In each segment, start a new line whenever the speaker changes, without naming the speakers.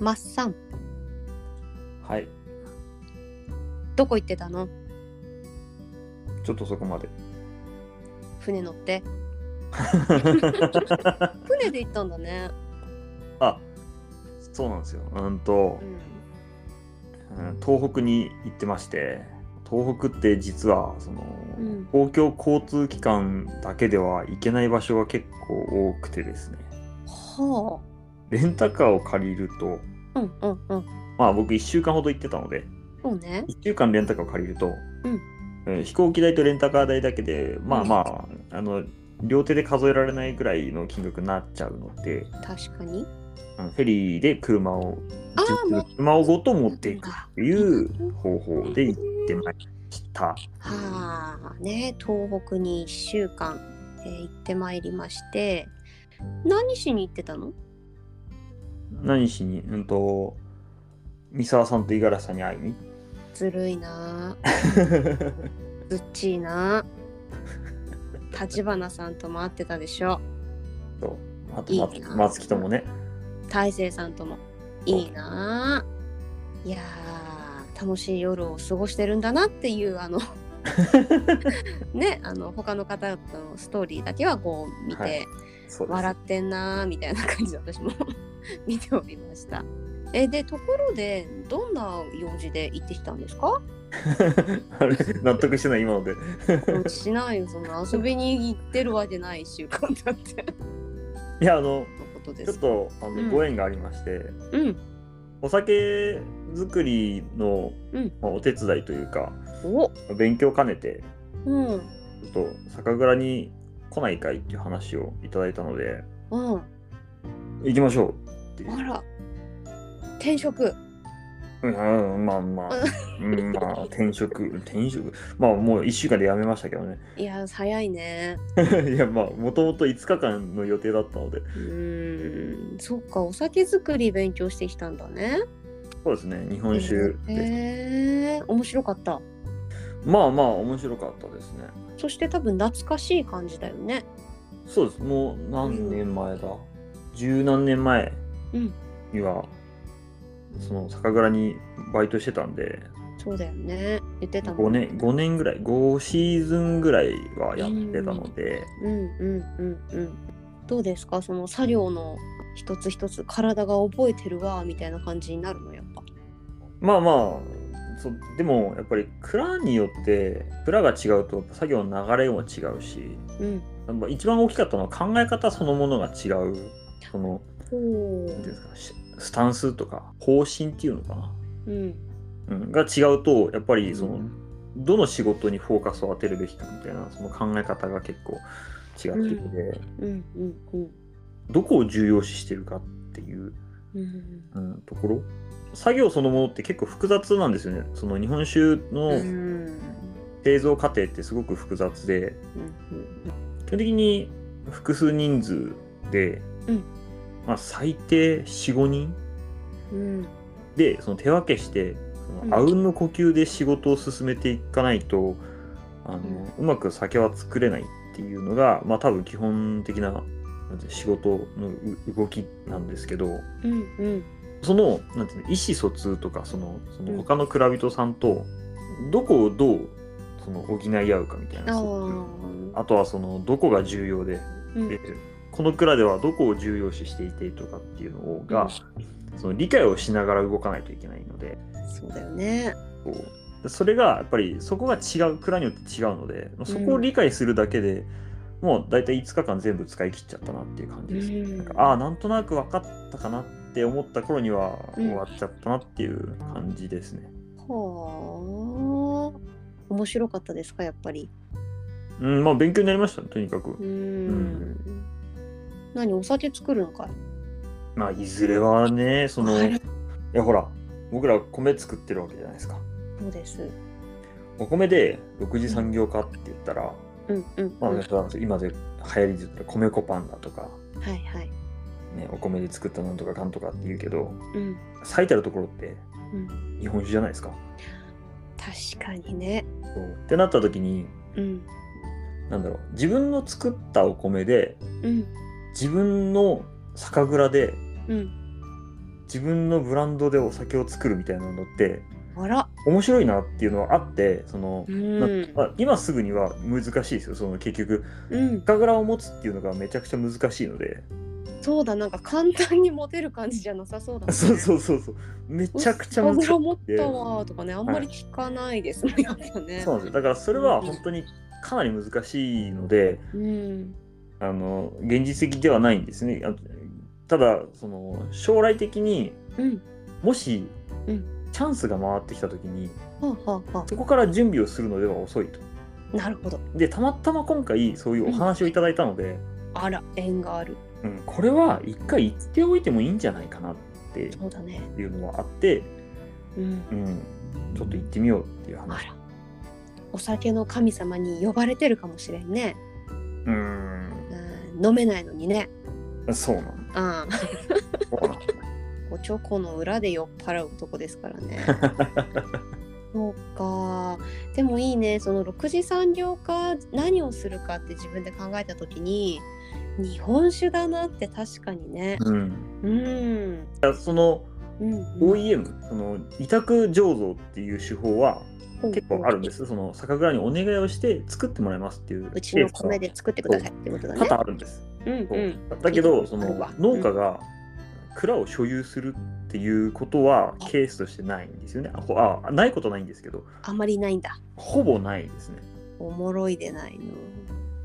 マッサン
はい
どこ行ってたの
ちょっとそこまで
船乗 って船で行ったんだね
あそうなんですようんと
う、ん
うん東北に行ってまして東北って実はその、
うん
公共交通機関だけでは行けない場所が結構多くてですね
は
レンタカーを借りると
あうんうんうん
まあ僕1週間ほど行ってたので
そうね
1週間レンタカーを借りると、
うん
えー飛行機代とレンタカー代だけでまあまあ,、あの両手で数えられないぐらいの金額になっちゃうので
確かに
あのフェリーで車を
あ
自
あも
分の
う
車をごと持っていくっていう方法で行ってまいりました。
はあね東北に1週間、えー行ってまいりまして何しに行ってたの
何しにうんと三沢さんと五十嵐さんに会いに
ずるいなあずっちいなあ立花さんとも会ってたでしょ
とあと
いい
ま
な
松木ともね
大成さんともいいなあいやー楽しい夜を過ごしてるんだなっていう あのねあの他の方々のストーリーだけはこう見て、
はいそうです
笑ってんなーみたいな感じで私も 見ておりましたえでところでどんな用事で行ってきたんですか
あれ納得してない今ので
しないよその遊びに行ってるわけない1週間だって
いやあの
のことで
ちょっ
す
とあの、
うん
ご縁がありまして
うん
お酒作りの、
うん
まあ、お手伝いというか
お
勉強を兼ねて
うん
ちょっと酒蔵に来ないかいっていう話をいただいたので
うん
行きましょうっていう
あら転職
うんうんまあまあ、うん、まあ転職転職まあもう1週間で辞めましたけどね
いや早いね
いやまあもともと5日間の予定だったので
うーんそっかお酒作り勉強してきたんだね
そうですね日本酒
へ
です、
え面白かった
まあまあ面白かったですね
そして多分懐かしい感じだよね
そうですもう何年前だ十何年前
うん
にはその酒蔵にバイトしてたんで
そうだよね言ってたも
5
んね
年 ,5 年ぐらい5シーズンぐらいはやってたので、
うんうんうんうんどうですかその作業の一つ一つ体が覚えてるわみたいな感じになるのやっぱ
まあまあそうでもやっぱり蔵によって蔵が違うと作業の流れも違うし
うん
やっぱ一番大きかったのは考え方そのものが違うそ
ほ
のなんていうんですかしスタンスとか方針っていうのかな、
ううん
うん、が違うとやっぱりそのどの仕事にフォーカスを当てるべきかみたいなその考え方が結構違ってきて、
うんうんうん
どこを重要視してるかっていう、
うん
うん、ところ作業そのものって結構複雑なんですよねその日本酒
う
の、
ん
製造過程ってすごく複雑で基本的に複数人数で、
うん
まあ、最低45人
うん
でその手分けして
う
そ
ん
のあうんの呼吸で仕事を進めていかないと、あのうまく酒は作れないっていうのが、まあ、多分基本的ななんていうの仕事のう動きなんですけど
うんうん
そのなんていうの意思疎通とかそのその他の蔵人さんとどこをどうその補い合うかみたい
あ
な
あ
そういうあとはそのどこが重要で、
うん
でこの蔵ではどこを重要視していてとかっていうのが、その理解をしながら動かないといけないので
そうだよね
こうでそれがやっぱりそこが違う蔵によって違うのでまあそこを理解するだけで、もう大体5日間全部使い切っちゃったなっていう感じです、
うん
なんかああなんとなく分かったかなって思った頃には
うん
終わっちゃったなっていう感じですね。
はあ面白かったですかやっぱり
うん、まあ勉強になりましたねとにかく。
うん何お酒作るのかい
まあいずれはねその
あ
い
れ
やほら僕ら米作ってるわけじゃないですか
そうです
お米で6次産業化って言ったら、
うんうん
まあ
うん
そうなんですよ今で流行りで言ったら米粉パンだとか、
はいはい
ね、お米で作ったなんとかかんとかって言うけど
うん
最たるところって
うん
日本酒じゃないですか。
確かにね。
そうってなった時に
うん。
なんだろう自分の作ったお米で
うん。
自分の酒蔵で
うん。
自分のブランドでお酒を作るみたいなのって
あら、
面白いなっていうのはあってその
う、、
なんまあ今すぐには難しいですよその結局
うん、
酒蔵を持つっていうのがめちゃくちゃ難しいので
そうだ、なんか簡単にモテる感じじゃなさそうだ、ね。
そう
う。
そうそうそうめちゃくちゃ難
難
しい
し持ったわーとかね、あんまり聞かないですね、やっぱね。
そうなんですよだからそれは本当にかなり難しいので
うん、
あの現実的ではないんですねあただその将来的に
うん、
もし、
うん
チャンスが回ってきた時に
はあ、はあ、は
そこから準備をするのでは遅いと。
あ。なるほど。
でたまたま今回そういうお話をいただいたので、
あら、縁がある。
うんこれは一回言っておいてもいいんじゃないかなってい
そうだね。
うのはあって、
うん。
うん、ちょっと行ってみようっていう
あ
話。
ら。お酒の神様に呼ばれてるかもしれんね。
うん
うん、飲めないのにね。
そうなん
うん。
そうなん
おちょこの裏で酔っ払う男ですから ね。そうか。でもいいね。その6次産業化何をするかって自分で考えた時に日本酒だなって確かにね。
うん、
うん。
だからその
うん、
OEM、その委託醸造っていう手法は
うん
結構あるんで。す、その酒蔵にお願いをして作ってもらいますっていう
うちの
ケース
米
は
で作ってくださいってことだ
多
ね。
々あるんです。
うんうん。
だけ
う
ど
ん
そ
あ
の
るわ
農家が蔵を所有するっていうことはケースとしてないんですよね。あほあないことないんですけど
あんまりないんだ。
ほぼないですね。
おもろいでないの。
っ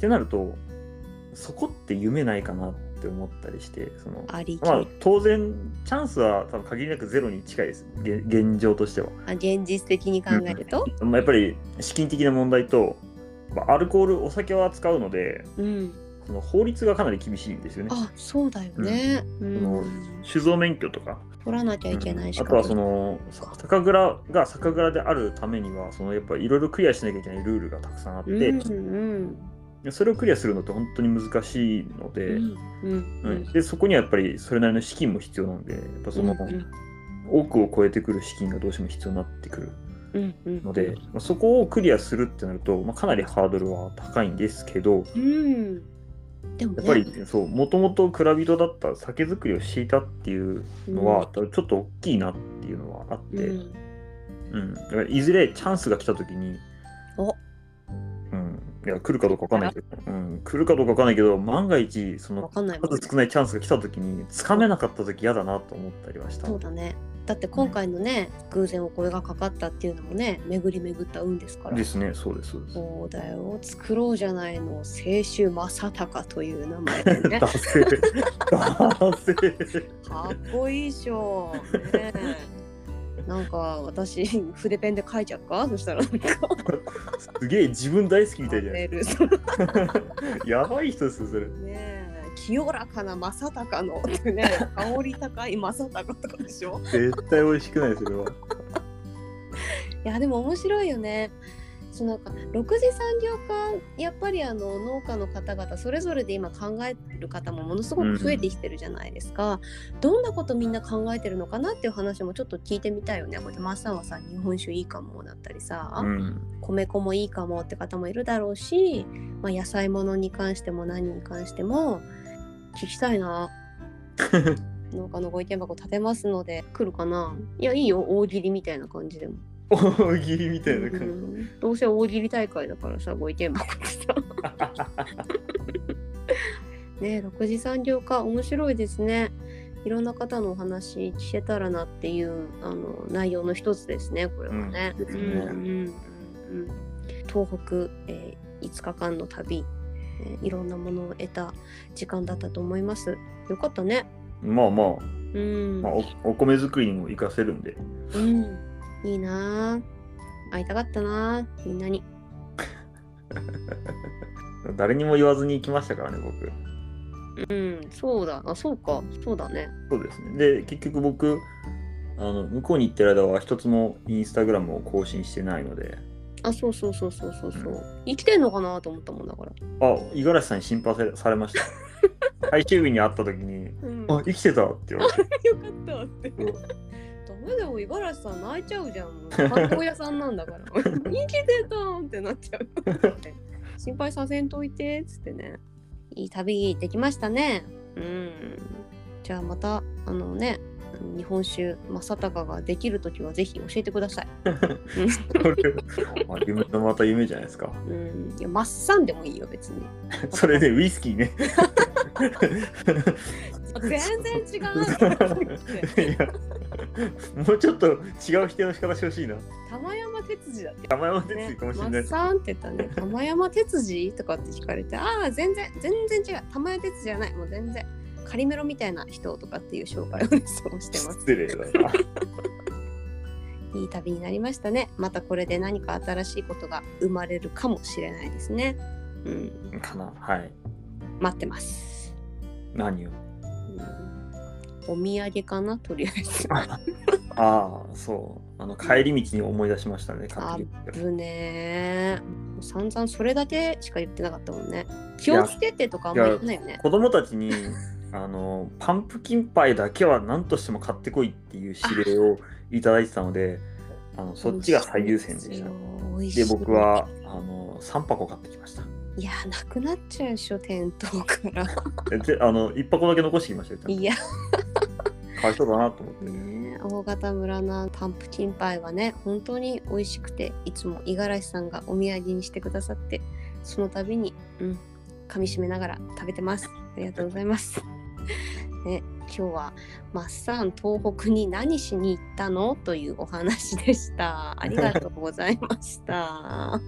てなるとそこって夢ないかなって思ったりしてその、
ありき。
まあ、当然チャンスは多分限りなくゼロに近いです現現状としては。
あ現実的に考えると。
まあ、やっぱり資金的な問題と、まあアルコールお酒は扱うので
うん。
その法律がかなり厳しいんですよね。
あそうだよね。うん。
酒造免許とか
取らなきゃいけないし。
あとはそのさ酒蔵が酒蔵であるためにはそのやっぱいろいろクリアしなきゃいけないルールがたくさんあって、
うんうん
それをクリアするのって本当に難しいので,、
うんうん
うんでそこにはやっぱりそれなりの資金も必要なんでやっぱその、
うん
億を超えてくる資金がどうしても必要になってくる
うんうん
ので、まあ、そこをクリアするってなると、まあ、かなりハードルは高いんですけど
うんでもね
やっぱりそうもともと蔵人だった酒造りをしていたっていうのは、ちょっと大きいなっていうのはあって。
うん
うん、だからいずれチャンスが来た時に
お
うん、いや来るかどうかわかんないけど、うん、来るかどうかわかんないけど万が一そ
わ
の
かんないもんね
数少ないチャンスが来た時につかめなかった時嫌だなと思ったりはした
そうだねだって今回のね偶然お声がかかったっていうのもね巡り巡った運ですから
ですねそうですそうです
そうだよ作ろうじゃないの青春正隆という名前でね
男性男性
かっこいいっしょ、ねえ、なんか私筆ペンで書いちゃうかそしたらなんか
すげえ自分大好きみたいじゃない
メール
やばい人ですよそれ
ねえ清らかな正隆のってね香り高い正隆とかでしょ
絶対美味しくないそれはい
やでも面白いよねそのなんか6次産業化やっぱりあの農家の方々それぞれで今考える方もものすごく増えてきてるじゃないですか、どんなことみんな考えてるのかなっていう話もちょっと聞いてみたいよねこうやってマッサンはさ日本酒いいかもだったりさ、
うん
米粉もいいかもって方もいるだろうし、まあ、野菜ものに関しても何に関しても聞きたいな農家のご意見箱立てますので来るかないやいいよ大喜利みたいな感じでも、
大喜利みたいな
う
感
んどうせ大喜利大会だからさご意見箱ってさ ねえ6次産業化面白いですねいろんな方のお話聞けたらなっていうあの内容の一つですねこれはね。
うんですね
うんうんうんうん東北、えー5日間の旅、えーいろんなものを得た時間だったと思います。よかったね。
じまあまあ、
うん、
まあ、おお米作りにも活かせるんで
うん、いいなあ会いたかったなあみんなに。
誰にも言わずに行きましたからね僕
うん、そうだ。あ、そうか。そうだね。
そうですねで結局僕あの向こうに行ってる間は一つもインスタグラムを更新してないので
あ、そうそうそうそうそうそうう。生きてんのかなと思ったもんだから。
あ五十嵐さんに心配されました 最終日に会った時に
うん
「あ生きてた」って言わ れて
よかったって。
うん
ダメだよ、五十嵐さん泣いちゃうじゃん。もう観光屋さんなんだ から。生きてたんってなっちゃう。心配させんといて、つってね。いい旅できましたね。うん。じゃあまた、あのね、日本酒正隆ができる時はぜひ教えてください。
それまあ夢のまた夢じゃないですか。
うん、いやマッサンでもいいよ別に。
それでウイスキー ね。
全然違。
いうやもうちょっと違う否定の仕方してほしいな。
玉山哲司だって。
名前は出て
ね
る、か
マ
もしれない
ッ。サンって言ったらね、玉山哲司とかって聞かれて、ああ、全然、全然違う。玉山哲司じゃない。もう全然。カリメロみたいな人とかっていう紹介をねそうして ます。
失礼だな。
いい旅になりましたね。またこれで何か新しいことが生まれるかもしれないですね。うん、
かな。はい。
待ってます。
何を。
うん、お土産かな、とりあえず。
ああ、そう。あの帰り道に思い出しましたね。
あ
完璧
ぶねー。もう散々それだけしか言ってなかったもんね。気をつけてとかあんま言ってないよね。
子供たちに。あのパンプキンパイだけは何としても買ってこいっていう指令をいただいてたのであのそっちが最優先でした。
美味しい
で
よ。
僕はあの3箱買ってきました。
いやなくなっちゃうでしょ店頭 から。
えであの1箱だけ残してきましたよちゃんと。
いや
かわいそうだなと思って。
ね大型村のパンプキンパイはね本当に美味しくていつも五十嵐さんがお土産にしてくださってその度にうん噛み締めながら食べてますありがとうございます、 ね、今日はマッサン東北に何しに行ったのというお話でしたありがとうございました